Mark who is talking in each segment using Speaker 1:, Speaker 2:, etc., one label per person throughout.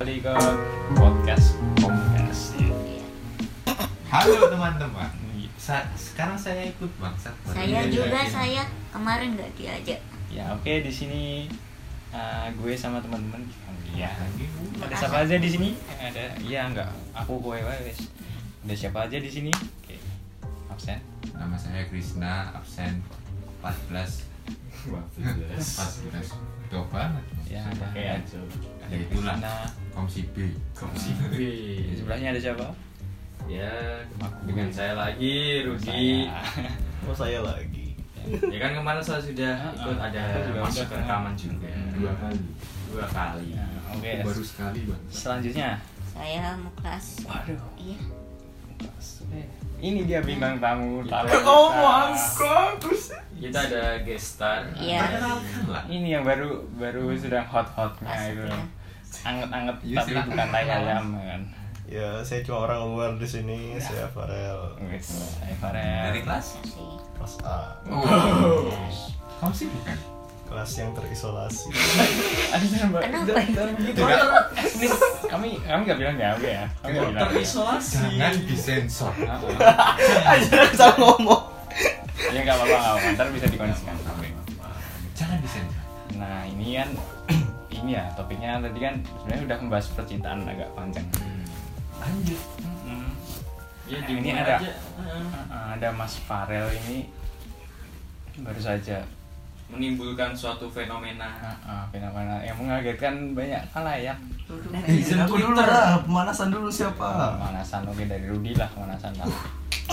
Speaker 1: ya.
Speaker 2: bang Sa- sekarang saya ikut bangsat
Speaker 3: Saya juga saya kemarin nggak diajak.
Speaker 1: ya oke di sini eh, gue sama teman-teman
Speaker 2: iya
Speaker 1: ya
Speaker 2: lagi
Speaker 1: ada siapa aja di sini ada iya enggak aku gue wae wes ada siapa aja di sini oke absen
Speaker 2: nama saya Krishna absen 14 14 jauh banget
Speaker 1: ya ada
Speaker 4: Kayak aja.
Speaker 2: ya itulah
Speaker 1: nah
Speaker 2: komsi B
Speaker 4: Komisi B.
Speaker 1: di sebelahnya ada siapa
Speaker 4: Ya, dengan saya lagi Rudi.
Speaker 1: Saya.
Speaker 5: Oh saya lagi.
Speaker 4: Ya kan kemarin saya sudah ikut ada
Speaker 1: Aku Ah, juga udah. ah.
Speaker 4: masuk
Speaker 1: Iya.
Speaker 4: rekaman juga.
Speaker 1: Dua
Speaker 4: kali. Dua kali.
Speaker 1: Ya, oke
Speaker 6: baru sekali bang
Speaker 1: selanjutnya
Speaker 3: Saya mau kelas.
Speaker 1: Waduh.
Speaker 3: Iya.
Speaker 1: ini dia bintang tamu talent kita.
Speaker 4: Kita ada guest star.
Speaker 3: Iya.
Speaker 2: lah
Speaker 1: ini yang baru baru sedang hot hotnya
Speaker 3: Kelas
Speaker 1: itu
Speaker 3: Hmm. ya.
Speaker 1: anget-anget
Speaker 2: Iya
Speaker 1: tapi
Speaker 2: sih.
Speaker 1: bukan tai ayam kan
Speaker 5: Ya saya cuma orang luar di sini.
Speaker 2: Ya.
Speaker 5: Saya Farel.
Speaker 1: wes saya Farel
Speaker 2: dari kelas
Speaker 3: Kasih.
Speaker 5: Kelas A.
Speaker 2: oh komsi kan? bukan
Speaker 5: Kelas yang terisolasi.
Speaker 1: Aduh, jangan, Mbak.
Speaker 3: Kenapa?
Speaker 1: Jangan, jangan begitu. kami kami nggak bilang ya oke ya kami nggak bilang ya.
Speaker 4: Terisolasi.
Speaker 2: jangan disensor
Speaker 5: Aja saya ngomong.
Speaker 1: ya nggak apa-apa nggak apa-apa ntar bisa dikondisikan
Speaker 2: jangan disensor
Speaker 1: nah ini kan ini ya topiknya tadi kan sebenarnya udah membahas percintaan agak panjang
Speaker 2: lanjut
Speaker 1: Hmm.
Speaker 4: Ya
Speaker 1: Nah,
Speaker 4: di
Speaker 1: ini
Speaker 4: ini
Speaker 1: ada.
Speaker 4: ada.
Speaker 1: Uh, ada Mas Farel ini baru saja
Speaker 4: Menimbulkan suatu fenomena.
Speaker 1: uh, uh, fenomena yang mengagetkan banyak ya. khalayak
Speaker 3: Eh,
Speaker 5: Izin dulu lah. Pemanasan dulu siapa?
Speaker 1: pemanasan oke dari Rudi lah pemanasan lah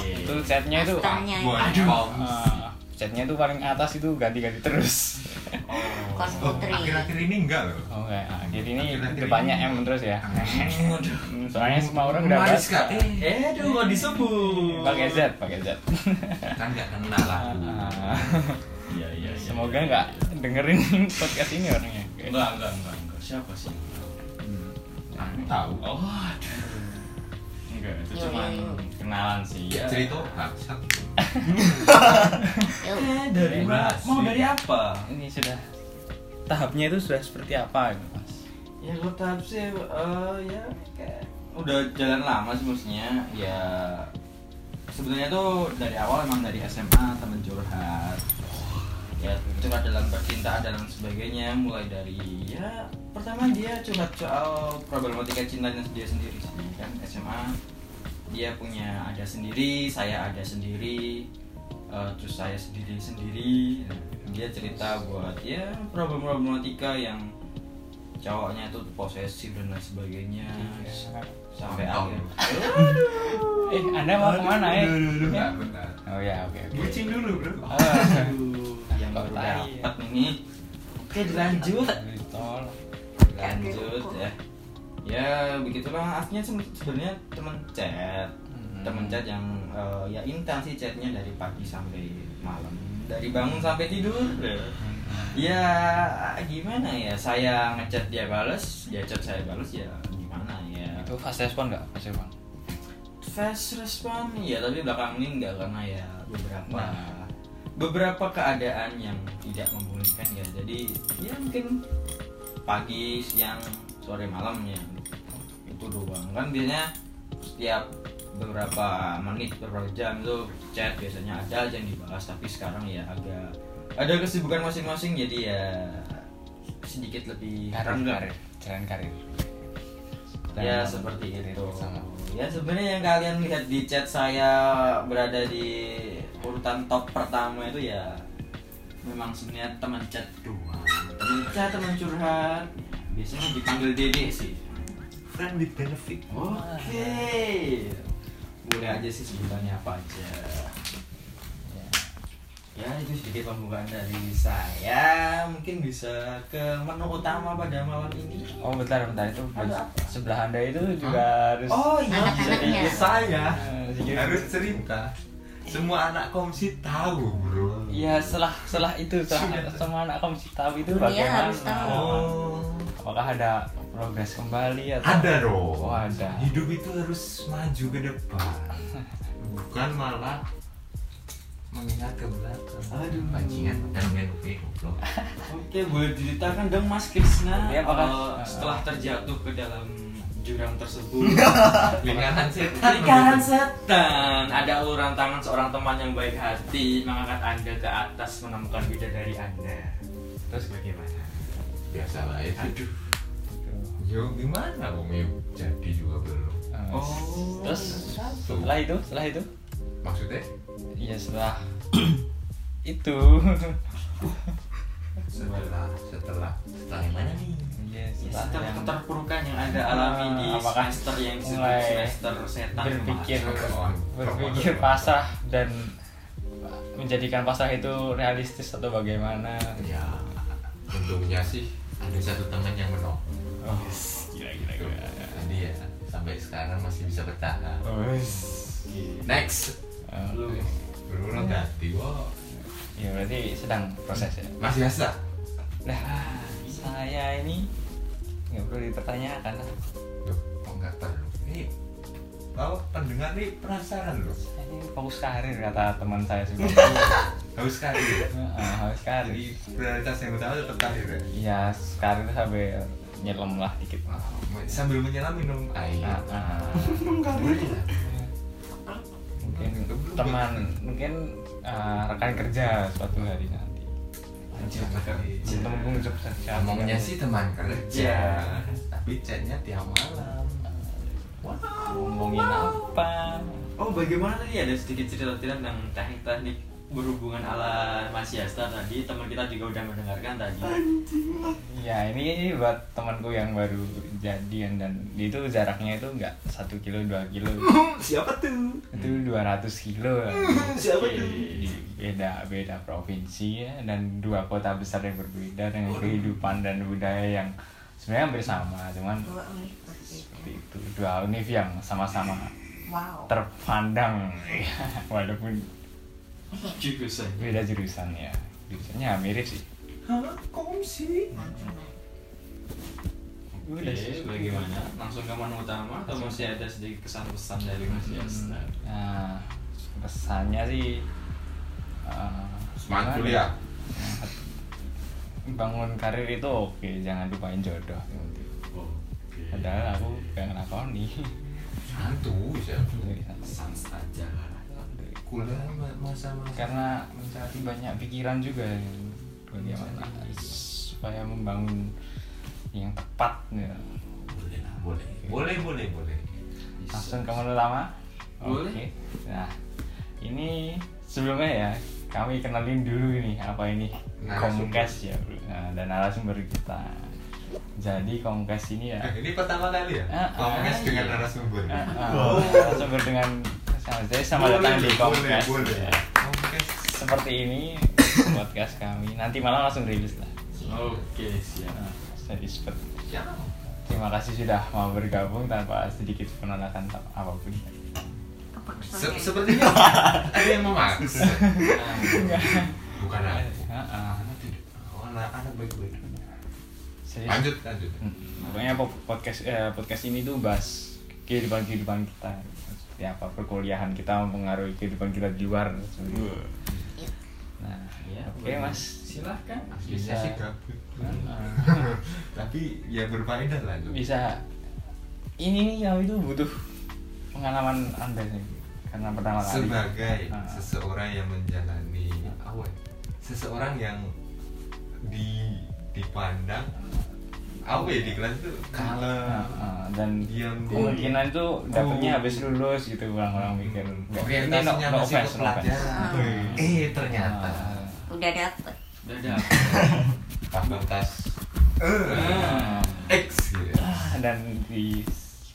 Speaker 1: itu chatnya itu
Speaker 3: Tanya
Speaker 2: Waduh.
Speaker 4: Wow.
Speaker 1: uh, chatnya itu paling atas itu ganti-ganti terus
Speaker 3: kelas
Speaker 2: oh,
Speaker 3: putri.
Speaker 2: akhir-akhir ini enggak loh
Speaker 1: oh enggak
Speaker 4: Ah,
Speaker 1: uh,
Speaker 4: gitu.
Speaker 1: jadi ini
Speaker 2: Ganti-ganti.
Speaker 1: depannya M terus ya
Speaker 4: Waduh.
Speaker 1: Hmm, soalnya semua orang udah bahas kan?
Speaker 2: Mariska. eh
Speaker 4: Eh, aduh kok disebut.
Speaker 1: pakai Z pakai Z
Speaker 2: kan nggak kenal lah
Speaker 1: Uh,
Speaker 4: Ah. Iya, iya, iya.
Speaker 1: semoga nggak dengerin podcast ini orangnya Oke.
Speaker 4: Enggak, enggak, enggak, enggak. Siapa sih?
Speaker 2: aku tahu
Speaker 4: Oh, aduh. Enggak, itu
Speaker 3: Iya,
Speaker 4: cuma
Speaker 3: iya, iya.
Speaker 4: kenalan sih. Ya.
Speaker 2: cerita bangsat
Speaker 3: Yuk.
Speaker 4: Eh, dari
Speaker 1: Eh,
Speaker 4: mana? Mau dari apa?
Speaker 1: ini sudah tahapnya itu sudah seperti apa gitu mas
Speaker 4: Ya gue tahap sih, eh, ya kayak udah jalan lama sih maksudnya. Ya sebenarnya tuh dari awal emang dari SMA temen curhat. Ya curhat dalam percintaan dan lain sebagainya. Mulai dari ya pertama dia curhat soal problematika cintanya dia sendiri sih kan SMA. Dia punya ada sendiri, saya ada sendiri. eh, terus saya sendiri sendiri dia cerita buat ya problem-problematika yang cowoknya itu posesif dan lain sebagainya
Speaker 2: Kontol.
Speaker 4: sampai
Speaker 1: ya?
Speaker 4: akhir
Speaker 1: Iya. eh anda mau kemana eh
Speaker 2: enggak benar
Speaker 1: oh ya oke oke
Speaker 2: bucin dulu bro
Speaker 1: Ah,
Speaker 4: Aduh, yang baru
Speaker 1: Tai.
Speaker 4: dapat ini oke dilanjut
Speaker 1: beli tol.
Speaker 4: lanjut ya ya begitulah akhirnya se- sebenarnya temen chat temen chat yang eh, ya intens sih chatnya dari pagi sampai malam dari bangun sampai tidur ya gimana ya saya ngechat dia bales dia chat saya bales ya gimana ya
Speaker 1: itu fast respon nggak fast respon
Speaker 4: fast respon ya tapi belakang ini enggak karena ya beberapa beberapa keadaan yang tidak memungkinkan ya jadi ya mungkin pagi siang sore malam ya itu doang kan biasanya setiap beberapa menit beberapa jam itu chat biasanya ada aja yang dibahas tapi sekarang ya agak ada kesibukan masing-masing jadi ya sedikit lebih
Speaker 1: karir
Speaker 4: renggang
Speaker 1: Iya, karir jalan karir
Speaker 4: ya
Speaker 1: Jalan
Speaker 4: seperti
Speaker 1: karir
Speaker 4: itu
Speaker 1: bersama.
Speaker 4: ya sebenarnya yang kalian lihat di chat saya berada di urutan top pertama itu ya memang sebenarnya teman chat doang teman chat teman curhat biasanya dipanggil dede sih
Speaker 5: Friend with benefit.
Speaker 4: oke boleh aja sih sebutannya apa aja Ya. ya itu sedikit pembukaan dari saya mungkin bisa ke menu utama pada malam ini
Speaker 1: oh bentar bentar itu
Speaker 4: Ada apa?
Speaker 1: sebelah anda itu juga harus
Speaker 4: oh iya
Speaker 3: Anak-anaknya.
Speaker 4: bisa
Speaker 2: saya
Speaker 1: Eh, sedikit.
Speaker 2: Iya. harus cerita semua anak komsi tahu bro
Speaker 1: Iya, setelah setelah itu setelah
Speaker 4: Iya.
Speaker 1: sama anak kamu tahu itu
Speaker 3: Dunia
Speaker 1: bagaimana?
Speaker 3: harus tahu.
Speaker 2: oh
Speaker 1: Apakah ada progres kembali atau
Speaker 2: ada dong
Speaker 1: Oh, ada.
Speaker 2: hidup itu harus maju ke depan bukan malah mengingat ke belakang
Speaker 4: Aduh.
Speaker 2: bajingan dan gue goblok
Speaker 4: Oke, boleh diceritakan dong Mas Krisna
Speaker 1: Iya, Pak.
Speaker 4: eh, setelah terjatuh ke dalam jurang tersebut
Speaker 2: lingkaran setan
Speaker 4: lingkaran setan ada uluran tangan seorang teman yang baik hati mengangkat anda ke atas menemukan bidadari anda terus bagaimana
Speaker 2: biasa lah ya sih.
Speaker 4: aduh
Speaker 1: gitu?
Speaker 2: yo gimana om yo jadi juga belum
Speaker 1: Eh,
Speaker 4: Oh.
Speaker 1: terus setelah itu setelah itu
Speaker 2: maksudnya
Speaker 1: ya setelah itu
Speaker 2: setelah setelah setelah yang mana nih
Speaker 1: ya
Speaker 4: Ya,
Speaker 1: setelah
Speaker 4: setelah
Speaker 1: yang
Speaker 4: keterpurukan yang anda alami di
Speaker 1: Ah, apakah
Speaker 4: semester yang disebut
Speaker 1: mulai
Speaker 4: semester setan
Speaker 1: berpikir
Speaker 2: Kemasukan.
Speaker 1: berpikir pasrah dan menjadikan pasrah itu realistis atau bagaimana
Speaker 2: ya untungnya sih ada satu teman yang menolak
Speaker 1: oh, gila gila gila
Speaker 2: jadi ya sampai sekarang masih bisa bertahan
Speaker 1: oh,
Speaker 2: next
Speaker 4: Lu.
Speaker 2: Bruno ganti wow
Speaker 1: ya berarti sedang proses ya
Speaker 2: masih biasa
Speaker 1: nah saya ini nggak perlu dipertanyakan lah
Speaker 2: Loh, kok nggak perlu ini kalau pendengar nih penasaran loh
Speaker 1: Saya ini fokus karir kata teman saya sebelum
Speaker 2: harus sekali
Speaker 1: harus
Speaker 2: jadi
Speaker 1: karir
Speaker 2: prioritas yang utama tetap terakhir ya
Speaker 1: ya karir itu sampai nyelam lah dikit
Speaker 2: Wah, sambil menyelam minum air
Speaker 1: Ah, ah.
Speaker 2: Boleh.
Speaker 1: mungkin teman mungkin ah, rekan kerja suatu hari nanti
Speaker 2: Anjir, kerja.
Speaker 1: Cinta mumpung job kerja Iya.
Speaker 2: Ngomongnya sih teman kerja,
Speaker 4: Ya.
Speaker 2: tapi chatnya tiap malam.
Speaker 1: ngomongin apa
Speaker 4: oh bagaimana tadi ada sedikit cerita cerita tentang teknik-teknik berhubungan ala Mas Yasta tadi teman kita juga udah mendengarkan tadi
Speaker 1: ya ini buat temanku yang baru jadian dan itu jaraknya itu nggak satu kilo dua kilo
Speaker 4: Hmm, siapa tuh Hmm,
Speaker 1: itu 200 kilo lah.
Speaker 4: siapa
Speaker 1: Di beda beda provinsi ya, dan dua kota besar yang berbeda dengan kehidupan dan budaya yang sebenarnya hampir sama cuman
Speaker 3: Dua univ berbeda.
Speaker 1: seperti itu dua univ yang sama-sama
Speaker 3: Wow.
Speaker 1: terpandang ya, walaupun
Speaker 4: jurusan
Speaker 1: beda jurusan ya jurusannya mirip sih
Speaker 2: Hah, kom sih?
Speaker 1: udah
Speaker 4: Oke,
Speaker 1: sih
Speaker 4: Iya, bagaimana? Langsung ke menu utama atau masih ada sedikit kesan-pesan dari Mas Yasta?
Speaker 1: Nah, pesannya sih eh, gimana?
Speaker 2: Semangat kuliah.
Speaker 1: Bangun karir itu oke, jangan lupain jodoh.
Speaker 4: Oke.
Speaker 1: Padahal aku gak ngelakoni.
Speaker 2: Santuy, santuy.
Speaker 4: Sans aja.
Speaker 2: Kuliah ma- masa-masa
Speaker 1: Karena mencari banyak pikiran juga bagaimana supaya membangun yang tepat ya.
Speaker 2: boleh lah, boleh. Boleh, boleh, boleh.
Speaker 1: Langsung ke menu utama.
Speaker 4: Boleh.
Speaker 1: Oke. Nah, ini sebelumnya ya kami kenalin dulu ini apa ini
Speaker 2: Narasumber.
Speaker 1: Komkes ya Bro. nah, dan narasumber kita. Jadi Komkes ini ya.
Speaker 2: Eh, ini pertama kali ya?
Speaker 1: Ah,
Speaker 2: Ngomongnya
Speaker 1: ah,
Speaker 2: dengan
Speaker 1: iya.
Speaker 2: narasumber.
Speaker 1: eh, eh, narasumber dengan sama saya sama
Speaker 2: Oh. Boleh,
Speaker 1: datang di
Speaker 2: boleh,
Speaker 1: Komkes.
Speaker 2: boleh.
Speaker 1: ya.
Speaker 2: Komkes.
Speaker 1: Seperti ini podcast kami. Nanti malam langsung rilis lah.
Speaker 4: Oke, siap.
Speaker 1: Nah, Jadi seperti
Speaker 2: Ya.
Speaker 1: terima kasih sudah mau bergabung tanpa sedikit penolakan tak- apapun.
Speaker 3: Kepaksa.
Speaker 2: Se- Sepertinya ada yang memaksa. Bukan
Speaker 1: Eh,
Speaker 2: aku.
Speaker 1: eh, eh.
Speaker 2: Oh, anak anak baik-baik.
Speaker 1: Jadi-
Speaker 2: Lanjut, lanjut.
Speaker 1: Hmm, Pokoknya po- podcast eh, podcast ini tuh bahas kehidupan kehidupan kita. Seperti apa perkuliahan kita mempengaruhi kehidupan kita di luar. seperti itu. Nah,
Speaker 4: Ya,
Speaker 1: oke
Speaker 4: boleh.
Speaker 1: mas.
Speaker 4: Silahkan.
Speaker 2: Biasanya
Speaker 1: Bisa.
Speaker 2: sih gabut.
Speaker 1: Heeh.
Speaker 2: Tapi ya berfaedah lah itu.
Speaker 1: Bisa. Ini yang itu butuh pengalaman anda sih. Karena pertama kali.
Speaker 2: sebagai
Speaker 1: Ah.
Speaker 2: seseorang yang menjalani apa ya? seseorang yang di dipandang apa ya di kelas itu
Speaker 1: Nah,
Speaker 2: kalem
Speaker 1: eh, dan
Speaker 2: diam Oh.
Speaker 1: kemungkinan itu dapetnya habis lulus gitu orang-orang
Speaker 2: Hmm.
Speaker 1: mikir. Nggak, ini no-
Speaker 2: orientasinya
Speaker 1: no
Speaker 2: masih
Speaker 1: offense,
Speaker 2: ke
Speaker 1: no offense.
Speaker 2: pelajaran eh ternyata
Speaker 1: Ah.
Speaker 3: Udah dapet.
Speaker 4: Dadah.
Speaker 2: fakultas
Speaker 1: Ah.
Speaker 2: X gitu.
Speaker 1: dan di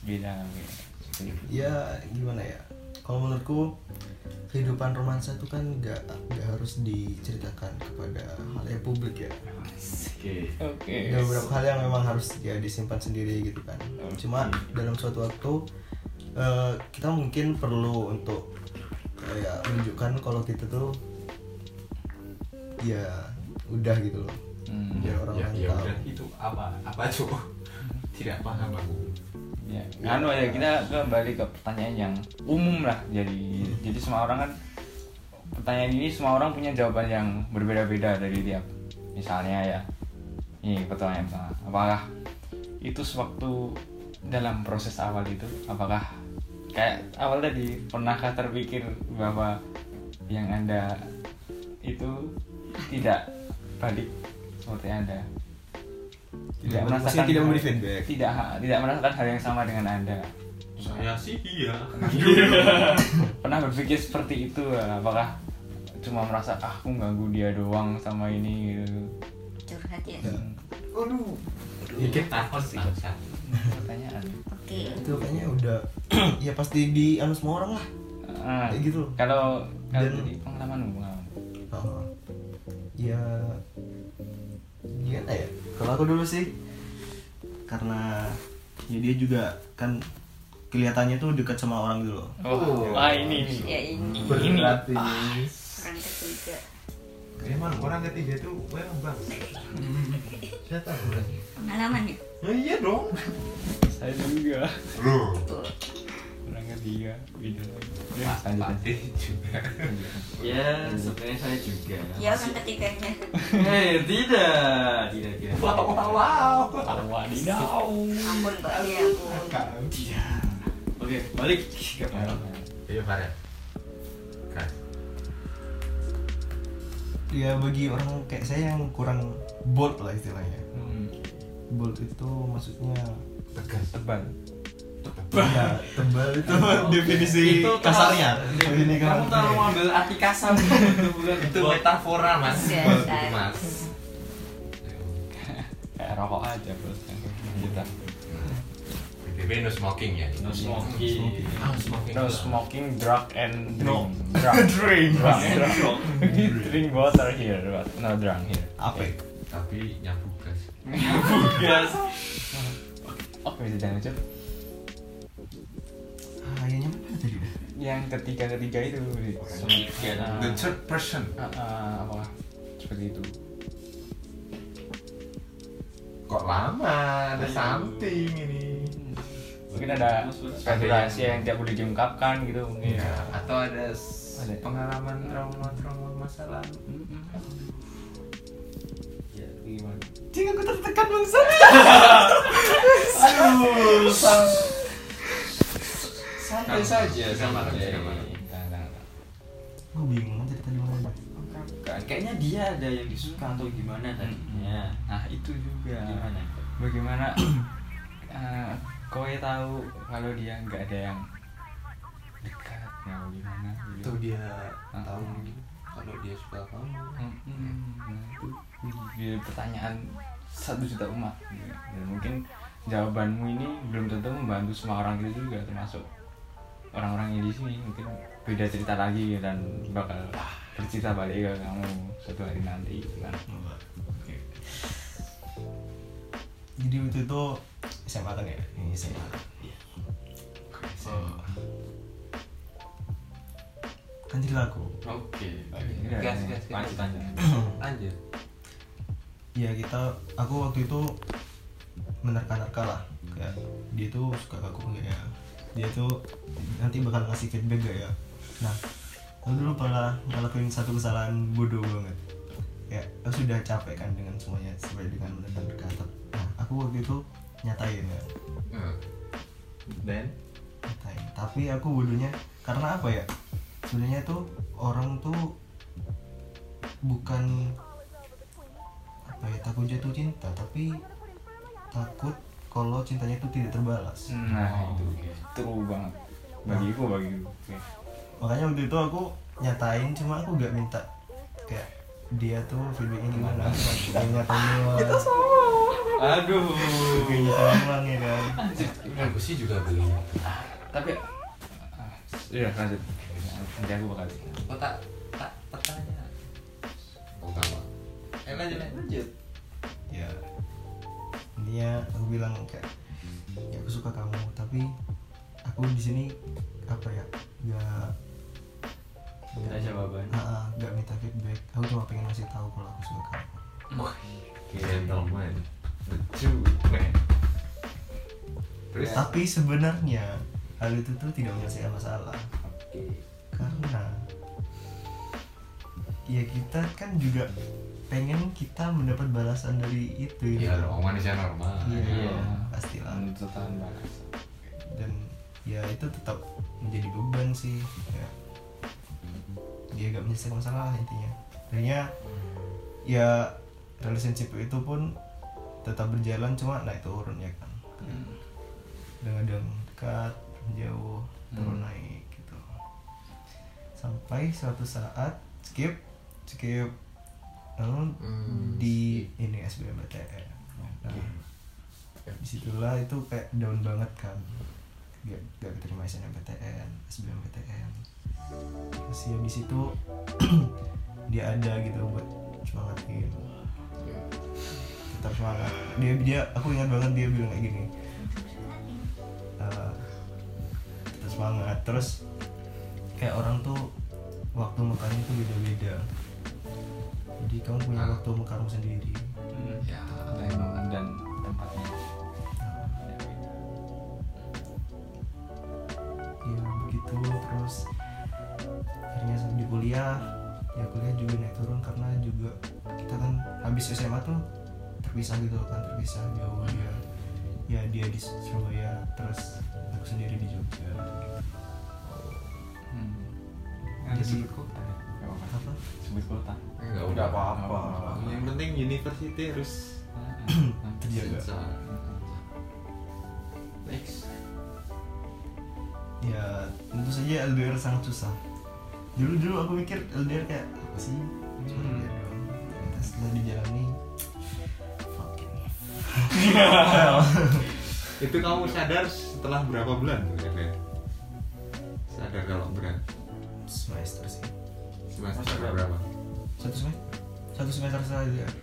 Speaker 1: bidang
Speaker 5: ya gimana ya kalau menurutku kehidupan romansa itu kan nggak nggak harus diceritakan kepada hal yang publik ya
Speaker 4: Oke.
Speaker 1: oke
Speaker 5: ada beberapa hal yang memang harus ya disimpan sendiri gitu kan
Speaker 2: Hmm.
Speaker 5: cuma dalam suatu waktu eh, kita mungkin perlu untuk kayak menunjukkan kalau kita tuh ya udah gitu loh
Speaker 1: Hmm,
Speaker 5: biar orang
Speaker 2: ya
Speaker 5: lain
Speaker 2: ya
Speaker 5: tahu
Speaker 2: udah itu apa apa coba tidak paham aku
Speaker 1: ya anu ya kita kembali ke pertanyaan yang umum lah jadi jadi semua orang kan pertanyaan ini semua orang punya jawaban yang berbeda-beda dari tiap misalnya ya ini pertanyaan pertama apakah itu sewaktu dalam proses awal itu apakah kayak awal tadi pernahkah terpikir bahwa yang anda itu tidak balik seperti anda
Speaker 5: Tidak, maksudnya tidak memberi feedback.
Speaker 1: tidak tidak merasakan hal yang sama dengan anda
Speaker 2: Saya sih iya.
Speaker 1: pernah berpikir seperti itu eh, apakah cuma merasa ah aku ganggu dia doang sama ini gitu
Speaker 3: curhat ya
Speaker 5: Ya.
Speaker 2: Aduh.
Speaker 5: Ya, kan?
Speaker 2: Takut sih.
Speaker 1: pertanyaan
Speaker 3: oke
Speaker 5: itu kayaknya udah ya pasti di anu semua orang lah
Speaker 1: Ah,
Speaker 5: kayak gitu loh
Speaker 1: kalau kalau
Speaker 5: Dan-
Speaker 1: jadi pengalaman pengalaman
Speaker 5: Oh. ya gimana ya kalau aku dulu sih karena ya dia juga kan kelihatannya tuh dekat sama orang gitu loh
Speaker 1: oh, wah ini ini
Speaker 3: ya ini
Speaker 5: berat ini
Speaker 3: orang ketiga
Speaker 2: Emang Eh, orang ketiga itu memang bang. Saya tahu lah.
Speaker 3: pengalaman ya
Speaker 2: Ya
Speaker 4: Oh,
Speaker 2: iya dong.
Speaker 1: saya juga
Speaker 2: Loh.
Speaker 3: Tuh.
Speaker 1: orang ketiga beda lagi ya
Speaker 2: Pak
Speaker 1: lanjut
Speaker 2: Pak
Speaker 1: aja.
Speaker 2: D juga.
Speaker 4: Ya, sebenarnya saya juga.
Speaker 3: dia Ya, orang ketiganya
Speaker 4: Eh, tidak, tidak, tidak.
Speaker 2: wow.
Speaker 1: Wadidaw.
Speaker 3: ampun mbak ya ampun
Speaker 4: Tidak. Oke, balik. Gak apa-apa.
Speaker 2: Iya Farel. Kan.
Speaker 5: ya bagi orang kayak saya yang kurang bold lah istilahnya
Speaker 1: Hmm.
Speaker 5: bold itu maksudnya
Speaker 2: Tegas.
Speaker 1: tebal
Speaker 5: ya tebal itu definisi
Speaker 4: Itu terlalu-
Speaker 5: kasarnya definisi
Speaker 4: Kamu
Speaker 5: kasarnya.
Speaker 4: terlalu ngambil arti kasar itu bukan
Speaker 2: Itu
Speaker 4: buat-
Speaker 2: metafora mas.
Speaker 3: Iya,
Speaker 2: Mas,
Speaker 3: Shay.
Speaker 2: Mas.
Speaker 1: kayak rokok aja bos
Speaker 5: Gitu.
Speaker 1: kita
Speaker 2: BTW no smoking ya.
Speaker 1: no smoking
Speaker 2: No smoking.
Speaker 1: no smoking drug and drink
Speaker 5: No.
Speaker 1: drug
Speaker 5: Drink.
Speaker 1: drug drug. drink water here but no drug here
Speaker 5: apa ya?
Speaker 2: Tapi nyabu gas.
Speaker 4: Gas.
Speaker 1: oke bisa jangan Cuk.
Speaker 5: Ah, kayaknya mana tadi
Speaker 1: yang ketiga ketiga itu
Speaker 4: Sekian.
Speaker 2: The third person.
Speaker 1: Ah, ah, apakah seperti itu
Speaker 2: Kok lama? Ada something ini.
Speaker 1: mungkin ada suatu rahasia yang tidak boleh diungkapkan gitu mungkin
Speaker 2: Ya, atau ada, s-
Speaker 1: Ada.
Speaker 2: pengalaman trauma-trauma masa lalu.
Speaker 1: Hmm,
Speaker 4: Ya, gimana?
Speaker 5: Cing aku tertekan bangsa
Speaker 4: Aduh, sang. Santai saja,
Speaker 2: Sama,
Speaker 4: santai.
Speaker 2: sama.
Speaker 1: Nah, nah, nah.
Speaker 5: Gue bingung tadi tadi mana
Speaker 4: Bukan, Kayaknya dia ada yang disuka atau gimana tadinya.
Speaker 1: nah itu juga
Speaker 4: Gimana?
Speaker 1: bagaimana eh, kowe tahu kalau dia nggak ada yang dekat ya gimana gitu.
Speaker 2: Atau dia
Speaker 1: Ah.
Speaker 2: tahu kalau dia suka kamu.
Speaker 1: Mm-mm. Hmm, Nah, itu di- di pertanyaan satu juta umat gitu. dan mungkin jawabanmu ini belum tentu membantu semua orang itu juga termasuk orang-orang yang di sini mungkin beda cerita lagi dan bakal bercerita balik ke kamu suatu hari nanti gitu kan
Speaker 5: Jadi waktu itu SMA kan ya? Ini SMA Oh. Kan cerita aku
Speaker 4: Oke.
Speaker 1: Iya,
Speaker 2: Gas,
Speaker 1: iya.
Speaker 2: gas, gas.
Speaker 4: Lanjut lanjut.
Speaker 2: Lanjut.
Speaker 5: Ya kita, aku waktu itu menerka-nerka lah Kayak dia tuh suka ke aku nggak ya Dia tuh nanti bakal ngasih feedback gak ya Nah, aku dulu pernah ngelakuin satu kesalahan bodoh banget Kayak, aku sudah capek kan dengan semuanya Sesuai dengan menerka-nerka Nah, aku waktu itu nyatain ya
Speaker 4: Eh.
Speaker 2: Dan
Speaker 5: Tai. tapi aku bodohnya karena apa ya sebenarnya tuh orang tuh bukan apa ya takut jatuh cinta tapi takut kalau cintanya tuh tidak terbalas
Speaker 2: Hmm.
Speaker 1: nah
Speaker 4: Oh,
Speaker 1: itu true banget bagiku bagiku Oke.
Speaker 5: makanya waktu itu aku nyatain cuma aku gak minta kayak dia tuh feedbacknya gimana aku nyatain doang kita
Speaker 4: Aduh.
Speaker 5: nyatain doang ya kan
Speaker 2: aku sih juga beli
Speaker 1: tapi ah, iya lanjut nanti aku bakal
Speaker 2: Oh tak tak pertanyaan. Oh kamu. Eh lanjut lanjut.
Speaker 5: ya intinya aku bilang kayak ya aku suka kamu tapi aku di sini apa ya nggak
Speaker 4: Ada jawaban.
Speaker 5: Ah, ah, nggak minta feedback aku cuma pengen ngasih tahu kalau aku suka kamu
Speaker 4: ya.
Speaker 2: Gentleman, the Jew man. Terus
Speaker 5: tapi sebenarnya hal itu tuh tidak menyelesaikan masalah
Speaker 4: Oke.
Speaker 5: karena ya kita kan juga pengen kita mendapat balasan dari itu
Speaker 2: ya
Speaker 5: gitu.
Speaker 2: normal manusia normal.
Speaker 5: Iya.
Speaker 4: Iya.
Speaker 5: pastilah
Speaker 1: Menurut tatahan balas.
Speaker 5: dan ya itu tetap menjadi beban sih ya. dia gak menyelesaikan masalah intinya akhirnya ya relationship itu pun tetap berjalan cuma naik turun ya kan
Speaker 4: Hmm.
Speaker 5: kadang-kadang dekat jauh turun
Speaker 1: Hmm.
Speaker 5: naik gitu sampai suatu saat skip skip lalu
Speaker 2: Hmm,
Speaker 5: di ini SBMPTN nah, disitulah itu kayak down banget kan gak, gak keterima SNMPTN SBMPTN terus ya di situ dia ada gitu buat semangatin tetap semangat dia dia aku ingat banget dia bilang kayak gini eh, tetap semangat terus kayak orang tuh waktu makannya tuh beda-beda jadi kamu punya waktu makanmu sendiri
Speaker 1: Hmm.
Speaker 2: ya
Speaker 1: Timing dan tempatnya.
Speaker 5: Nah, ya begitu terus akhirnya sampai di kuliah ya kuliah juga naik turun karena juga kita kan habis SMA tuh terpisah gitu kan terpisah jauh dia ya dia di Surabaya terus aku sendiri di Jogja
Speaker 1: Hmm.
Speaker 5: Jadi-
Speaker 1: Disebut kota ya? Gak apa-apa.
Speaker 5: apa
Speaker 1: Sebut kota.
Speaker 2: nggak
Speaker 4: Nggak
Speaker 2: udah
Speaker 4: apa-apa.
Speaker 1: Oh.
Speaker 2: yang penting university harus
Speaker 5: terjaga
Speaker 2: sensor.
Speaker 4: Next.
Speaker 5: ya tentu saja LDR sangat susah dulu dulu aku mikir LDR kayak apa sih cuma
Speaker 1: Hmm.
Speaker 5: LDR doang ternyata setelah dijalani fucking
Speaker 2: itu kamu sadar setelah berapa bulan tuh ya sadar kalau berat
Speaker 5: semester sih
Speaker 2: semester
Speaker 4: Masa berapa?
Speaker 2: berapa
Speaker 5: satu semester satu semester setelah LDR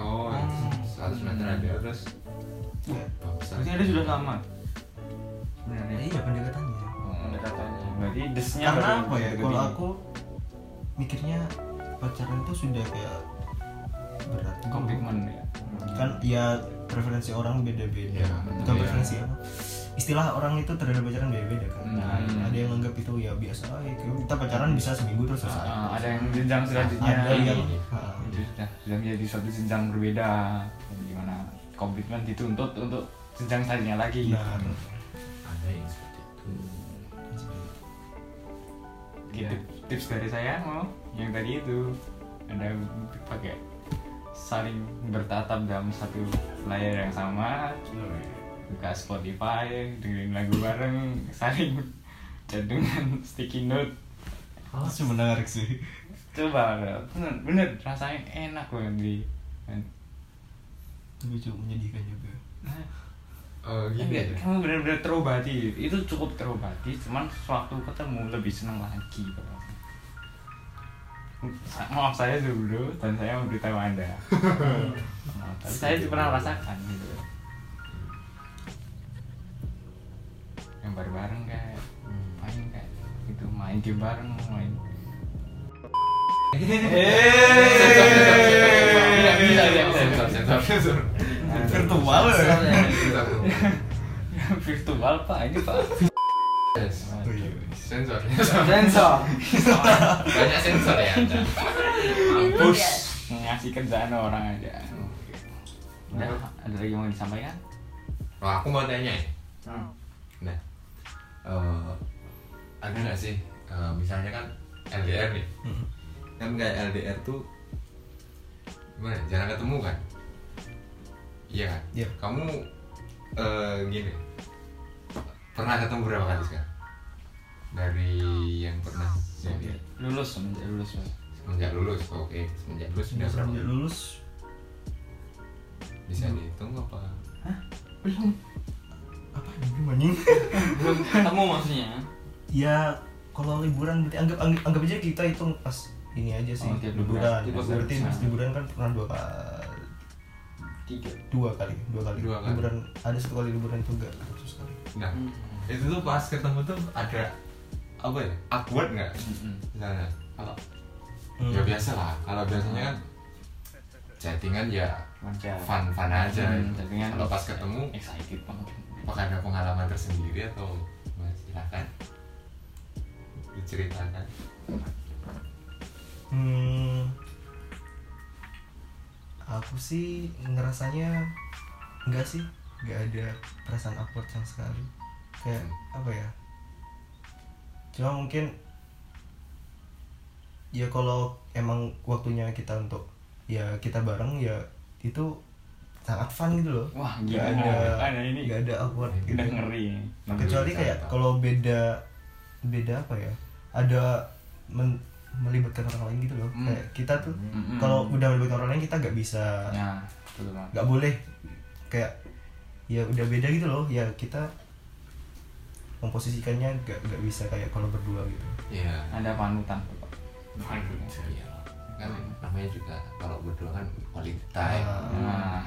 Speaker 2: oh
Speaker 4: Hmm.
Speaker 2: satu semester ada terus
Speaker 5: ya
Speaker 2: bangsa
Speaker 1: Berarti ada sudah lama. Sebenarnya.
Speaker 5: Ya, iya pendekatannya
Speaker 4: Pendekatannya.
Speaker 1: Berarti desnya
Speaker 5: karena
Speaker 1: baru
Speaker 5: apa ya
Speaker 1: deket
Speaker 5: kalau
Speaker 1: ini.
Speaker 5: aku mikirnya pacaran itu sudah kayak berat gitu.
Speaker 1: komitmen ya.
Speaker 5: kan ya preferensi orang beda-beda
Speaker 2: Ya,
Speaker 5: bukan
Speaker 2: iya.
Speaker 5: preferensi apa istilah orang itu terhadap pacaran beda-beda kan Nah,
Speaker 1: Hmm.
Speaker 5: ada yang anggap itu ya biasa aja, kayak kita pacaran bisa seminggu terus
Speaker 1: Ah,
Speaker 5: selesai
Speaker 1: Iya, ada yang jenjang selanjutnya.
Speaker 5: ada yang ah,
Speaker 1: itu sudah sudah menjadi suatu jenjang berbeda dan gimana komitmen dituntut untuk jenjang selanjutnya lagi gitu.
Speaker 5: benar
Speaker 2: ada yang seperti itu
Speaker 1: Gitu. tips dari saya mau yang tadi itu ada pakai saling bertatap dalam satu layar yang sama buka Spotify dengerin lagu bareng saling cadangan sticky note
Speaker 5: itu menarik sih
Speaker 1: coba bener bener rasanya enak banget di
Speaker 5: tapi cukup menyedihkan juga
Speaker 2: oh gini
Speaker 1: Enggak,
Speaker 2: ya
Speaker 1: Iya, kamu benar-benar terobati itu cukup terobati cuman sewaktu ketemu lebih senang lagi Sa- maaf saya dulu dan saya memberitahu anda Maaf, tapi saya juga pernah merasakan gitu yang bareng-bareng kayak main kayak gitu main game bareng main Iya,
Speaker 2: Sensor, sensor, sensor.
Speaker 1: Tidak bisa, tidak bisa.
Speaker 2: Sensor, sensor, sensor.
Speaker 1: Iya,
Speaker 5: virtual ya
Speaker 2: Sensor.
Speaker 1: virtual pak ini pak
Speaker 2: Yes.
Speaker 5: Tuh, iya.
Speaker 2: Sensor.
Speaker 4: Sensor.
Speaker 2: Banyak sensor ya. Anda.
Speaker 1: Push ngasih kerjaan orang aja. Udah, ada lagi yang mau disampaikan?
Speaker 2: Wah, aku mau tanya ya.
Speaker 4: Hmm.
Speaker 2: Nah, eh, ada nggak sih, eh, misalnya kan LDR nih,
Speaker 5: Hmm.
Speaker 2: kan kayak LDR tuh gimana? ya, Jarang ketemu kan? Iya kan?
Speaker 5: Iya.
Speaker 2: Kamu eh, gini, pernah ketemu berapa kali sekarang? Dari yang pernah jadi
Speaker 1: Lulus, semenjak lulus. Mas.
Speaker 2: semenjak lulus, oke, semenjak lulus sudah berapa?
Speaker 5: Semenjak lulus
Speaker 2: Bisa dihitung apa?
Speaker 5: apa gimana
Speaker 4: Belum ketemu maksudnya.
Speaker 5: ya kalau liburan berarti anggap anggap, anggap aja kita hitung pas ini aja sih
Speaker 1: Oh, tiap liburan.
Speaker 5: liburan
Speaker 4: Tiap
Speaker 5: berarti
Speaker 1: liburan.
Speaker 5: pas liburan kan pernah dua kali
Speaker 4: Tiga.
Speaker 5: dua kali dua kali
Speaker 2: Dua kali.
Speaker 5: liburan ada satu kali liburan itu enggak khusus kali
Speaker 2: Nah,
Speaker 1: Hmm.
Speaker 2: itu tuh pas ketemu tuh ada apa ya? Awkward nggak?
Speaker 1: Mm-mm.
Speaker 2: Misalnya, kalau ya biasa lah kalau biasanya kan chattingan ya
Speaker 1: Wajar.
Speaker 2: fun fun aja
Speaker 1: Hmm,
Speaker 2: gitu.
Speaker 1: chattingan.
Speaker 2: kalau pas ketemu
Speaker 1: Excited banget.
Speaker 2: apakah ada pengalaman tersendiri atau Mas, silakan diceritakan
Speaker 5: Hmm, aku sih ngerasanya enggak sih nggak ada perasaan awkward sama sekali kayak
Speaker 2: Hmm.
Speaker 5: apa ya cuma mungkin ya kalau emang waktunya kita untuk ya kita bareng ya itu sangat fun gitu loh
Speaker 1: Wah,
Speaker 5: nggak
Speaker 1: gila.
Speaker 5: ada
Speaker 1: Ada ini.
Speaker 5: nggak ada awkward gitu
Speaker 1: udah ngeri ini.
Speaker 5: kecuali
Speaker 1: Iya.
Speaker 5: kayak kalau beda beda apa ya ada men- melibatkan orang lain gitu loh
Speaker 1: Hmm.
Speaker 5: kayak kita tuh
Speaker 1: Mm-mm.
Speaker 5: kalau udah melibatkan orang lain kita nggak bisa
Speaker 1: Nah, betul banget.
Speaker 5: nggak boleh kayak ya udah beda gitu loh ya kita memposisikannya nggak nggak bisa kayak kalau berdua gitu
Speaker 1: Ya.
Speaker 2: Iya.
Speaker 1: Ada panutan. Pak.
Speaker 2: Iya. Kan
Speaker 1: Hmm.
Speaker 2: namanya juga kalau berdua kan quality time.
Speaker 1: Nah,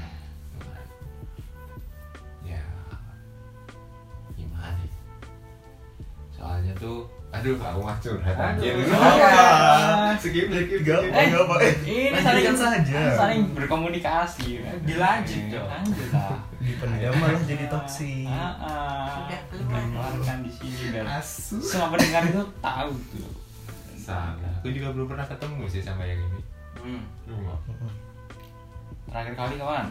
Speaker 2: ya gimana ya? soalnya tuh aduh aku Iya, mah curhat aja
Speaker 4: Aduh.
Speaker 2: Apa? skip lagi
Speaker 5: Gak
Speaker 2: skip.
Speaker 5: apa, gak apa. Eh,
Speaker 1: ini
Speaker 5: lanjutkan
Speaker 1: saling
Speaker 5: saja.
Speaker 1: Saling berkomunikasi. ya.
Speaker 4: Dilanjut
Speaker 1: Iya,
Speaker 4: dong.
Speaker 1: Lanjut lah.
Speaker 5: Dipendam malah Oh, jadi toksik.
Speaker 1: Ah, ah.
Speaker 3: Sudah keluar.
Speaker 1: Dikeluarkan di sini dan
Speaker 5: Asu.
Speaker 1: semua pendengar itu tahu tuh.
Speaker 2: sama aku juga belum pernah ketemu sih sama yang ini
Speaker 4: Hmm.
Speaker 2: belum Om.
Speaker 1: Terakhir kali kawan.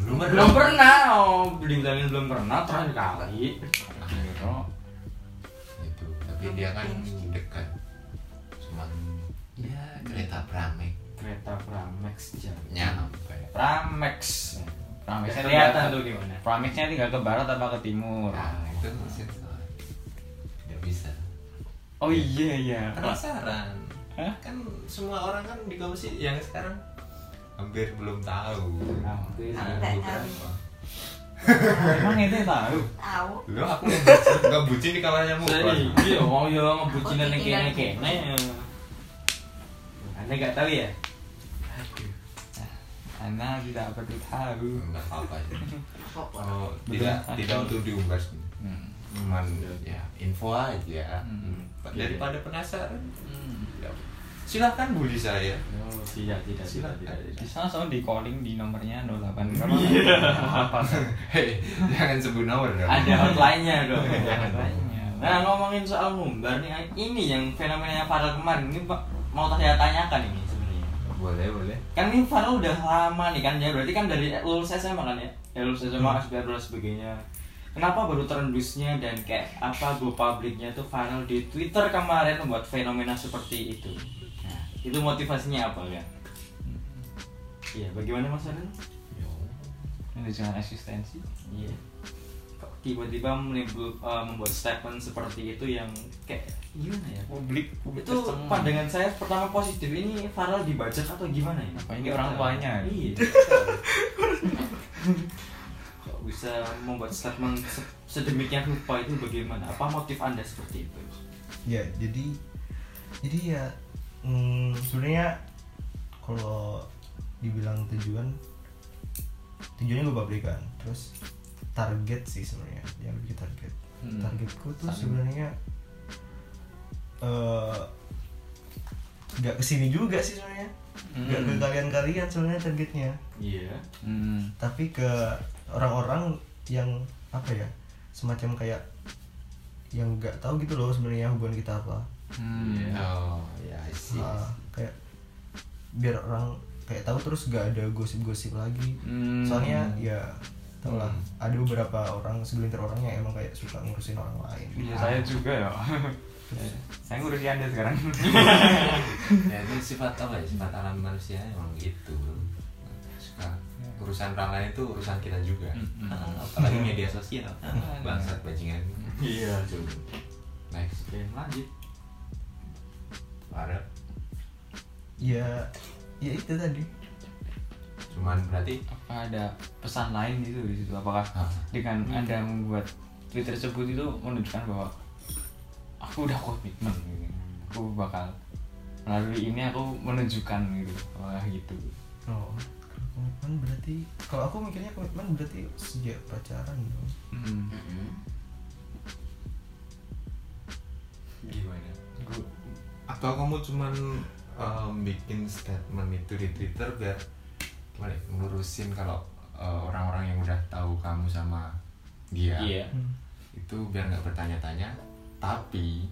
Speaker 2: belum ada.
Speaker 4: Belum pernah, oh, dibilangin belum pernah terakhir kali.
Speaker 1: Akhirnya
Speaker 2: itu tapi dia kan dekat cuman ya kereta pramek
Speaker 4: Kereta Pramex jamnya.
Speaker 2: nyampe
Speaker 4: Pramex.
Speaker 1: Pramexnya
Speaker 4: Kelihatan
Speaker 1: tinggal
Speaker 4: tuh gimana.
Speaker 1: Pramexnya tinggal ke barat apa ke
Speaker 4: Oh.
Speaker 1: timur?
Speaker 2: nah itu mesin soalnya nggak bisa
Speaker 1: Oh iya iya.
Speaker 2: penasaran
Speaker 1: Hah?
Speaker 2: kan semua orang kan di komisi yang sekarang hampir belum tahu
Speaker 1: Nah,
Speaker 2: Nah,
Speaker 3: Nggak
Speaker 2: bukan
Speaker 3: tahu.
Speaker 2: apa.
Speaker 1: Emang itu tahu.
Speaker 3: tahu
Speaker 2: Lu aku ngebucin- ngebucin di kamarnya Mukron.
Speaker 4: Jadi, iya, mau ya ngebucinan yang kene kene. Anda nggak tahu ya?
Speaker 1: Anda tidak perlu tahu.
Speaker 2: Enggak apa-apa ya.
Speaker 3: pokok
Speaker 2: Oh, tidak
Speaker 1: Betul.
Speaker 2: tidak untuk diumbas.
Speaker 1: Hmm.
Speaker 2: Cuman ya info aja.
Speaker 1: Hmm.
Speaker 2: Daripada penasaran.
Speaker 1: Hmm.
Speaker 2: Ya. Silahkan bully saya.
Speaker 4: Oh, tidak, tidak, tidak, tidak,
Speaker 1: Di sana
Speaker 4: tidak.
Speaker 1: soalnya di calling di nomornya 08
Speaker 4: Iya.
Speaker 1: Apa tuh?
Speaker 2: Hei, jangan sebut nomor dong.
Speaker 4: Ada hotline-nya dong.
Speaker 1: Ada
Speaker 4: Ada
Speaker 1: hotline-nya.
Speaker 4: hotline-nya. Nah, ngomongin soal ngumbar nih, ini yang fenomenanya Farel kemarin ini Pak, mau saya tanyakan ini sebenarnya.
Speaker 2: Boleh, boleh.
Speaker 4: Kan ini Farel udah lama nih kan ya, berarti kan dari lulus SMA kan ya? Ya lulus SMA, SPR dan sebagainya. Kenapa baru terendusnya dan kayak apa go publiknya tuh Farel di Twitter kemarin membuat fenomena seperti itu? Nah, itu motivasinya apa ya? Iya, bagaimana Mas Farel?
Speaker 1: Ini dengan eksistensi.
Speaker 4: Iya. Kok tiba-tiba menimbul- eh, membuat statement seperti itu yang kayak gimana ya?
Speaker 1: Publik publik
Speaker 4: Itu
Speaker 1: tercengang.
Speaker 4: pandangan saya pertama positif ini Farel dibajak atau gimana ya?
Speaker 1: Apa ini orang tuanya?
Speaker 4: Iya. Kok bisa membuat statement se- sedemikian rupa itu bagaimana? Apa motif Anda seperti itu?
Speaker 5: ya jadi jadi ya mm, sebenarnya kalau dibilang tujuan tujuannya gue pabrikan terus target sih sebenarnya yang lebih ke target
Speaker 1: Hmm.
Speaker 5: targetku tuh
Speaker 1: Saling-
Speaker 5: sebenarnya eh, nggak kesini juga sih sebenarnya nggak ke
Speaker 1: Hmm.
Speaker 5: kalian-kalian sebenarnya targetnya
Speaker 4: Iya.
Speaker 1: Hmm.
Speaker 5: tapi ke orang-orang yang apa ya semacam kayak yang nggak tahu gitu loh sebenarnya hubungan kita apa
Speaker 1: Hmm.
Speaker 2: Oh, ya I see.
Speaker 5: Ah, kayak biar orang kayak tahu terus gak ada gosip-gosip lagi
Speaker 1: Hmm.
Speaker 5: soalnya ya tau lah
Speaker 2: Hmm.
Speaker 5: ada beberapa orang segelintir orang yang emang kayak suka ngurusin orang lain
Speaker 1: Iya, saya juga ya. saya ngurusi Anda sekarang.
Speaker 2: Ya itu sifat apa ya? Sifat alam manusia emang gitu. Suka
Speaker 4: Hmm.
Speaker 2: urusan orang lain itu urusan kita juga.
Speaker 1: Mm-mm.
Speaker 2: Ah, Apalagi media sosial.
Speaker 4: Hmm.
Speaker 2: Bangsat bajingan.
Speaker 4: Iya, coba.
Speaker 2: Next,
Speaker 4: Oke, lanjut.
Speaker 2: Arab.
Speaker 5: ya ya itu tadi
Speaker 2: Cuman berarti
Speaker 1: Apa ada pesan lain gitu di situ? Apakah
Speaker 2: Hah.
Speaker 1: dengan Anda membuat tweet tersebut itu menunjukkan bahwa aku udah komitmen gitu. Aku bakal melalui ini aku menunjukkan gitu. Wah, gitu.
Speaker 5: oh kalau komitmen berarti kalau aku mikirnya komitmen berarti sejak pacaran dong
Speaker 1: Hmm.
Speaker 2: gimana?
Speaker 1: Gua-
Speaker 2: Atau kamu cuman um, bikin statement itu di Twitter biar gimana ya, ngurusin kalau uh, orang-orang yang udah tahu kamu sama dia
Speaker 1: Iya.
Speaker 4: Iya.
Speaker 2: itu biar nggak bertanya-tanya tapi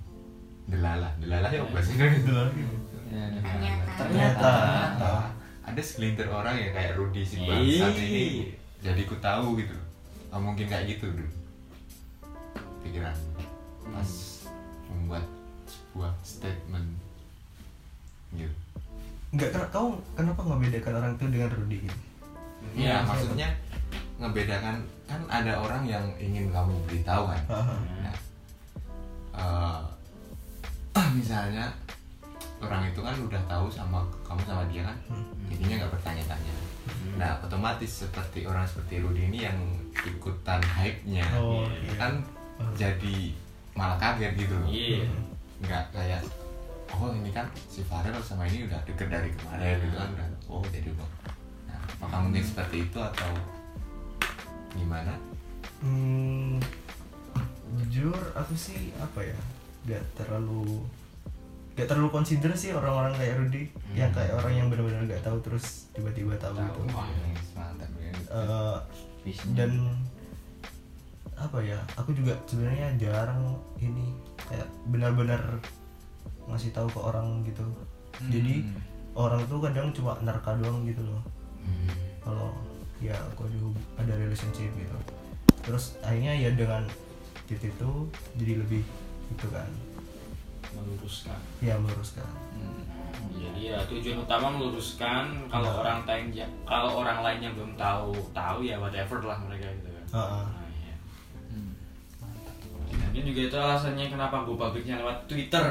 Speaker 2: delalah delalah ya bahasa Indonesia
Speaker 5: Udah lagi.
Speaker 1: ya, ya.
Speaker 3: Ternyata.
Speaker 5: Ternyata.
Speaker 2: Ternyata. ada segelintir orang yang ya, kayak Rudy si
Speaker 4: Ih.
Speaker 2: bangsat ini jadi ku tahu gitu loh. Ah, mungkin kayak gitu dulu pikiran pas membuat sebuah statement gitu
Speaker 5: nggak kena kau kenapa nggak bedakan orang itu dengan Rudy gitu
Speaker 2: Iya, maksudnya ngebedakan kan ada orang yang ingin kamu beritahu kan.
Speaker 5: Haha.
Speaker 2: Nah, eh, misalnya orang itu kan udah tahu sama kamu sama dia kan, jadinya nggak bertanya-tanya. Nah, otomatis seperti orang seperti Rudy ini yang ikutan hype-nya
Speaker 5: oh
Speaker 7: Iya.
Speaker 5: iya.
Speaker 2: kan jadi malah kaget gitu loh.
Speaker 7: Iya.
Speaker 2: Nggak kayak oh ini kan si Farel sama ini udah deket dari kemarin gitu kan udah oh jadi bang. Nah, apakah mungkin seperti itu atau gimana?
Speaker 5: Hmm, jujur aku sih apa ya nggak terlalu nggak terlalu consider sih orang-orang kayak Rudy yang kayak orang yang benar-benar nggak tahu terus tiba-tiba tahu, gitu
Speaker 2: Wah, ini mantap ya.
Speaker 5: Eh, dan apa ya aku juga sebenarnya jarang ini kayak benar-benar ngasih tahu ke orang gitu jadi
Speaker 2: Hmm.
Speaker 5: orang tuh kadang cuma nerka doang gitu loh
Speaker 2: Hmm.
Speaker 5: kalau ya aku ada, hub- ada relationship gitu terus akhirnya ya dengan titik itu jadi lebih gitu kan
Speaker 4: meluruskan
Speaker 5: ya meluruskan
Speaker 4: jadi ya tujuan utama meluruskan kalau
Speaker 5: Nah.
Speaker 4: orang lain kalau orang lainnya belum tahu tahu ya whatever lah mereka gitu kan
Speaker 5: Heeh.
Speaker 4: Nah, iya.
Speaker 1: Hmm.
Speaker 7: Ini juga itu alasannya kenapa gue publiknya lewat Twitter.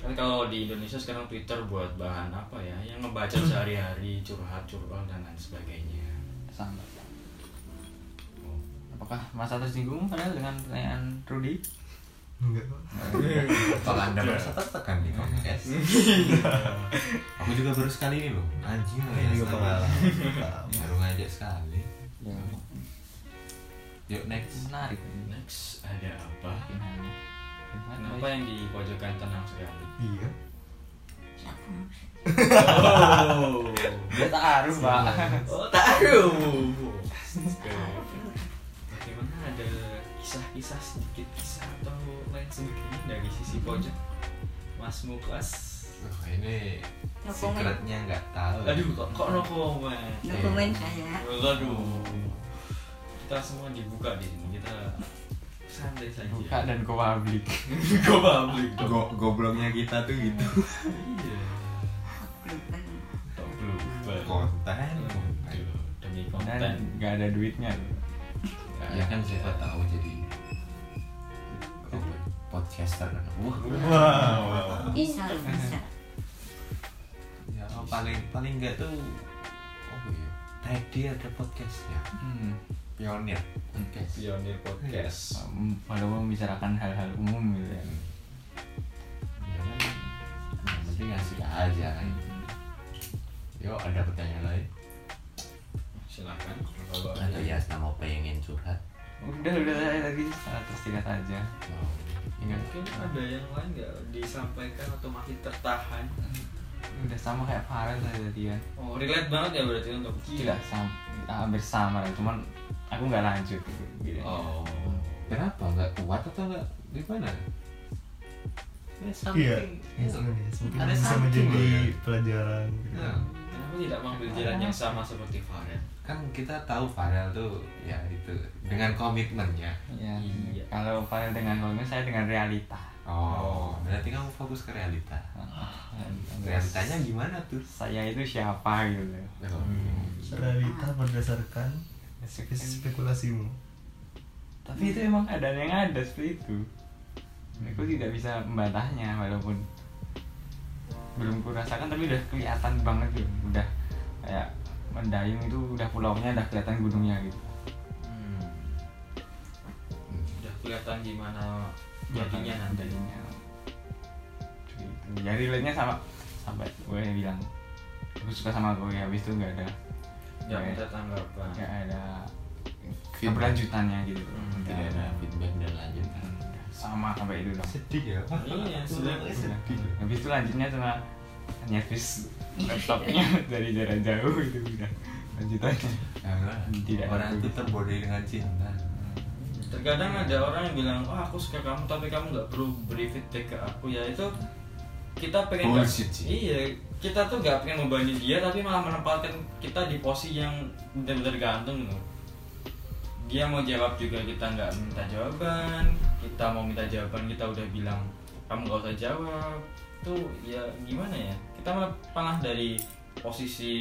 Speaker 4: kan kalau di Indonesia sekarang Twitter buat bahan apa ya yang ngebaca sehari-hari curhat curhat dan lain sebagainya
Speaker 1: Sama.
Speaker 4: Oh.
Speaker 1: Apakah masa tersinggung padahal dengan pertanyaan Rudy?
Speaker 5: enggak kok
Speaker 2: Kalau
Speaker 4: Iya.
Speaker 2: anda merasa tertekan di podcast, aku juga baru sekali ini loh.
Speaker 4: Iya,
Speaker 2: Anjing lah ya,
Speaker 5: Ini juga pengalaman.
Speaker 2: astaga. baru ngajak sekali.
Speaker 1: Ya,
Speaker 2: Yuk next.
Speaker 1: menarik. ini.
Speaker 4: next ada apa
Speaker 1: Gimana?
Speaker 4: kenapa
Speaker 1: ya?
Speaker 4: yang di pojokan tenang sekali
Speaker 5: iya
Speaker 4: oh
Speaker 1: Dia taruh, Pak.
Speaker 4: oh taruh bagaimana ada kisah-kisah sedikit kisah atau lain sebagainya dari sisi pojok Mas Muklas
Speaker 2: Wah, ini
Speaker 3: No comment.
Speaker 2: secretnya nggak tahu.
Speaker 4: Aduh, kok, kok no comment?
Speaker 3: No comment saya.
Speaker 4: Aduh, kita semua dibuka di sini. Kita santai saja.
Speaker 1: Buka dan go public.
Speaker 4: Go public dong.
Speaker 2: Go- gobloknya kita tuh gitu.
Speaker 4: Iya.
Speaker 3: Bukan.
Speaker 4: Tok blubber.
Speaker 2: Konten.
Speaker 4: Aduh, Demi
Speaker 1: Dan
Speaker 4: konten.
Speaker 1: nggak ada duitnya.
Speaker 2: Ya kan siapa tahu jadi podcaster kan. Wah.
Speaker 4: Wow.
Speaker 3: Bisa loh, bisa.
Speaker 2: Ya, paling paling nggak tuh oh iya. Tadi ada podcastnya.
Speaker 1: Hmm.
Speaker 2: Pionir podcast.
Speaker 4: Pionir podcast.
Speaker 1: Um, Walaupun membicarakan hal-hal umum gitu ya.
Speaker 2: Ya kan. Yang penting ngasih aja kan. Yuk ada pertanyaan lain?
Speaker 4: Silakan. Bapak.
Speaker 2: Atau ya sama pengen curhat.
Speaker 1: Udah, udah saya tadi salah tersikat aja.
Speaker 2: Mau. Ingat.
Speaker 4: Mungkin ada yang lain nggak disampaikan atau makin tertahan?
Speaker 1: Udah sama kayak Farel tadi tadi ya.
Speaker 4: Oh, relate banget ya berarti untuk
Speaker 1: Gila, sama, hampir sama lah. Cuman aku nggak lanjut. Gitu. Gitu.
Speaker 4: Oh.
Speaker 2: Kenapa nggak kuat atau nggak gimana? Ya,
Speaker 5: iya
Speaker 2: something.
Speaker 5: Ya, sebenarnya mungkin
Speaker 2: Ada
Speaker 5: bisa
Speaker 2: something
Speaker 5: menjadi
Speaker 2: loh ya.
Speaker 5: pelajaran gitu.
Speaker 2: Nah,
Speaker 4: Kenapa tidak mengambil jalan yang sama seperti Farel?
Speaker 2: kan kita tahu Farel tuh ya itu dengan komitmennya.
Speaker 1: Ya,
Speaker 4: Iya.
Speaker 1: kalau Farel dengan Holmes, saya dengan realita.
Speaker 2: Oh, berarti kamu fokus ke realita. Realitanya gimana tuh? Hmm.
Speaker 1: saya itu siapa gitu loh.
Speaker 2: Nah,
Speaker 5: realita berdasarkan Nah, spekulasimu
Speaker 1: tapi itu emang keadaan yang ada seperti itu aku tidak bisa membantahnya walaupun belum kurasakan tapi udah kelihatan banget gitu udah kayak mendayung itu udah pulaunya udah kelihatan gunungnya gitu Hmm.
Speaker 4: Udah kelihatan gimana
Speaker 1: Kelihatan
Speaker 4: jadinya nanti.
Speaker 1: mendayungnya gitu. ya relate-nya sama sampai gue bilang aku suka sama gue habis itu nggak ada
Speaker 4: Nggak minta tanggapan.
Speaker 1: nggak ada
Speaker 2: Feedback.
Speaker 1: keberlanjutannya gitu
Speaker 4: Hmm,
Speaker 1: Nggak ada.
Speaker 2: feedback dan kan? lanjutan.
Speaker 1: sama sampai itu dong
Speaker 2: Sedih ya?
Speaker 4: Iya, sudah.
Speaker 2: Sedih. ya.
Speaker 1: habis itu lanjutnya cuma nyervis laptopnya dari jarak jauh itu udah lanjutannya Tidak.
Speaker 2: Orang itu terbodohi dengan cinta.
Speaker 4: Terkadang ada orang yang bilang, wah aku suka kamu tapi kamu nggak perlu beri feedback ke aku ya itu kita pengen
Speaker 2: Bullshit sih.
Speaker 4: iya kita tuh nggak pengen membanding dia tapi malah menempatkan kita di posisi yang benar-benar gantung loh. gitu. dia mau jawab juga kita nggak minta jawaban kita mau minta jawaban kita udah bilang kamu nggak usah jawab tuh ya gimana ya kita malah malah dari posisi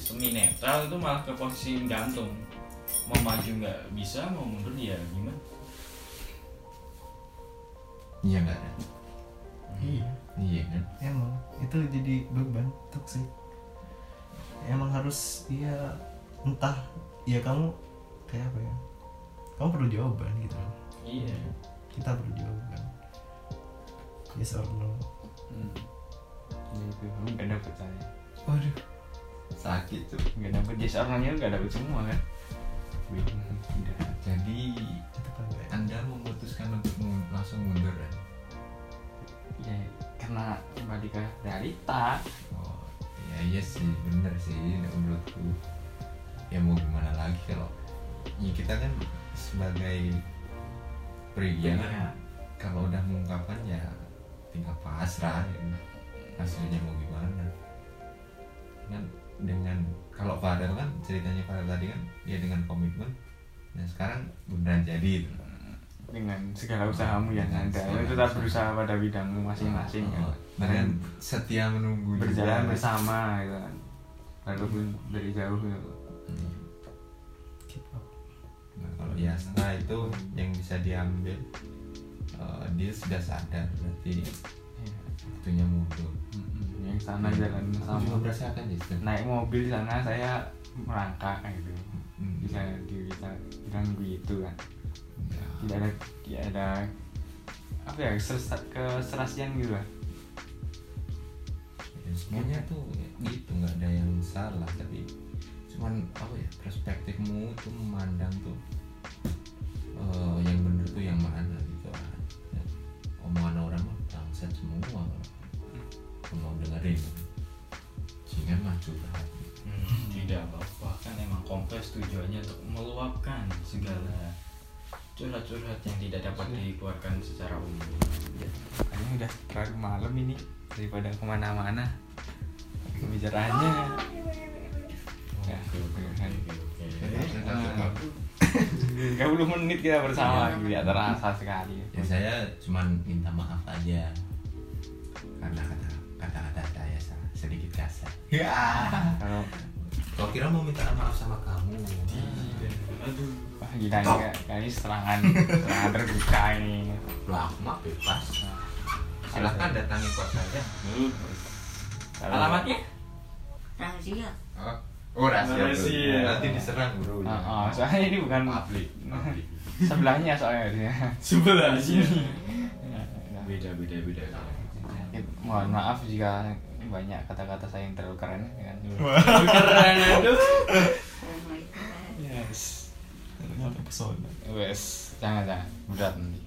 Speaker 4: semi netral itu malah ke posisi gantung mau maju nggak bisa mau mundur ya gimana
Speaker 2: iya nggak ada
Speaker 5: iya
Speaker 2: iya kan
Speaker 5: emang itu jadi beban toksik emang harus ya entah ya kamu kayak apa ya kamu perlu jawaban gitu loh
Speaker 4: iya
Speaker 5: kita perlu jawaban yes or no
Speaker 1: hmm. ya itu kamu nggak dapet saya
Speaker 5: waduh
Speaker 2: sakit tuh
Speaker 1: nggak dapet jasa orangnya nggak dapet semua kan bingung tidak
Speaker 2: jadi
Speaker 5: itu kan nggak ya?
Speaker 2: anda memutuskan untuk mu- langsung mundur kan
Speaker 1: ya karena kembali ke realita
Speaker 2: oh ya iya sih bener sih nah, menurutku ya mau gimana lagi kalau ya kita kan sebagai pria kan, kalau udah mengungkapkan ya tinggal pasrah ya. udah. hasilnya mau gimana kan dengan kalau Fadel kan ceritanya Fadel tadi kan dia dengan komitmen dan sekarang beneran jadi gitu. itu
Speaker 1: dengan segala usahamu yang
Speaker 2: Dengan
Speaker 1: ada
Speaker 2: segala
Speaker 1: itu tetap
Speaker 2: usaha.
Speaker 1: berusaha pada bidangmu masing-masing kan
Speaker 2: Oh, dengan setia menunggu juga. ya.
Speaker 1: berjalan bersama gitu kan walaupun dari jauh gitu.
Speaker 2: Hmm.
Speaker 5: keep up
Speaker 2: Nah, kalau Yasna itu yang bisa diambil eh, dia sudah sadar berarti
Speaker 1: Ya.
Speaker 2: waktunya mundur.
Speaker 1: Mm-mm. yang sana jalan
Speaker 2: Juga
Speaker 1: bersama
Speaker 2: merasakan Yasna.
Speaker 1: naik mobil sana saya merangkak gitu
Speaker 2: Hmm.
Speaker 1: bisa di bisa bilang begitu kan
Speaker 2: Ya.
Speaker 1: tidak ada tidak ada apa ya keseras- keserasian gitu lah
Speaker 2: Ya, semuanya tuh gitu nggak ada yang salah tapi cuman apa ya perspektifmu tuh memandang tuh eh, yang bener tuh yang mana gitu kan. Ya, omongan orang mah bangsat semua kalau kalau mau dengerin jangan maju banget
Speaker 4: Hmm, tidak apa-apa kan emang kompas tujuannya untuk meluapkan segala curhat-curhat yang tidak dapat dikeluarkan secara umum
Speaker 1: Ya, Kayaknya udah terlalu malam ini daripada kemana-mana pembicaraannya. Ya, kan.
Speaker 4: Eh,
Speaker 1: Tiga puluh menit kita bersama, tidak terasa sekali.
Speaker 2: ya saya cuman minta maaf aja karena kata kata-kata saya sa- sedikit kasar
Speaker 1: Kalau
Speaker 2: kau kira mau minta maaf sama kamu
Speaker 4: aduh
Speaker 1: wah gila nih Kak. kali serangan serangan terbuka ini.
Speaker 2: lama bebas silahkan datangi kos saya
Speaker 1: Kalau-
Speaker 4: alamatnya
Speaker 3: rahasia
Speaker 2: oh, oh rahasia, Bro.
Speaker 4: Rahasia.
Speaker 2: nanti diserang bro
Speaker 1: Ah, ah, soalnya ini bukan
Speaker 2: publik publik.
Speaker 1: sebelahnya soalnya dia.
Speaker 4: sebelah sini
Speaker 1: Ya, ya.
Speaker 4: beda beda beda
Speaker 1: Ya, Mohon maaf jika banyak kata-kata saya yang terlalu keren ya kan.
Speaker 4: keren aduh
Speaker 3: Oh Assalamualaikum.
Speaker 1: Yes.
Speaker 5: ternyata pesona
Speaker 1: Wes, jangan jangan berat nanti.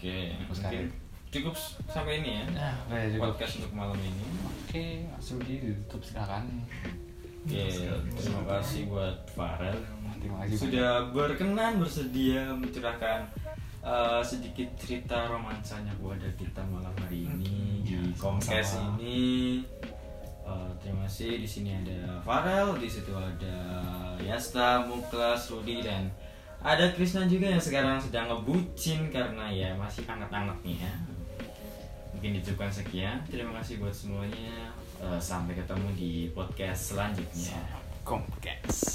Speaker 4: oke mungkin cukup sampai ini ya
Speaker 1: Nah, wes cukup.
Speaker 4: podcast untuk malam ini
Speaker 1: Oke, langsung ditutup silakan.
Speaker 4: oke terima kasih buat Farel
Speaker 1: Terima kasih.
Speaker 4: sudah berkenan bersedia mencurahkan eh, sedikit cerita romansanya kepada kita malam hari ini
Speaker 1: Ya,
Speaker 4: di Komkes
Speaker 5: sama-sama.
Speaker 4: ini Eh, terima kasih di sini ada Farel di situ ada Yasta Muklas Rudi dan ada Krisna juga yang sekarang sedang ngebucin karena ya masih anget-angetnya mungkin dicukupkan sekian terima kasih buat semuanya Eh, sampai ketemu di podcast selanjutnya
Speaker 1: Komkes.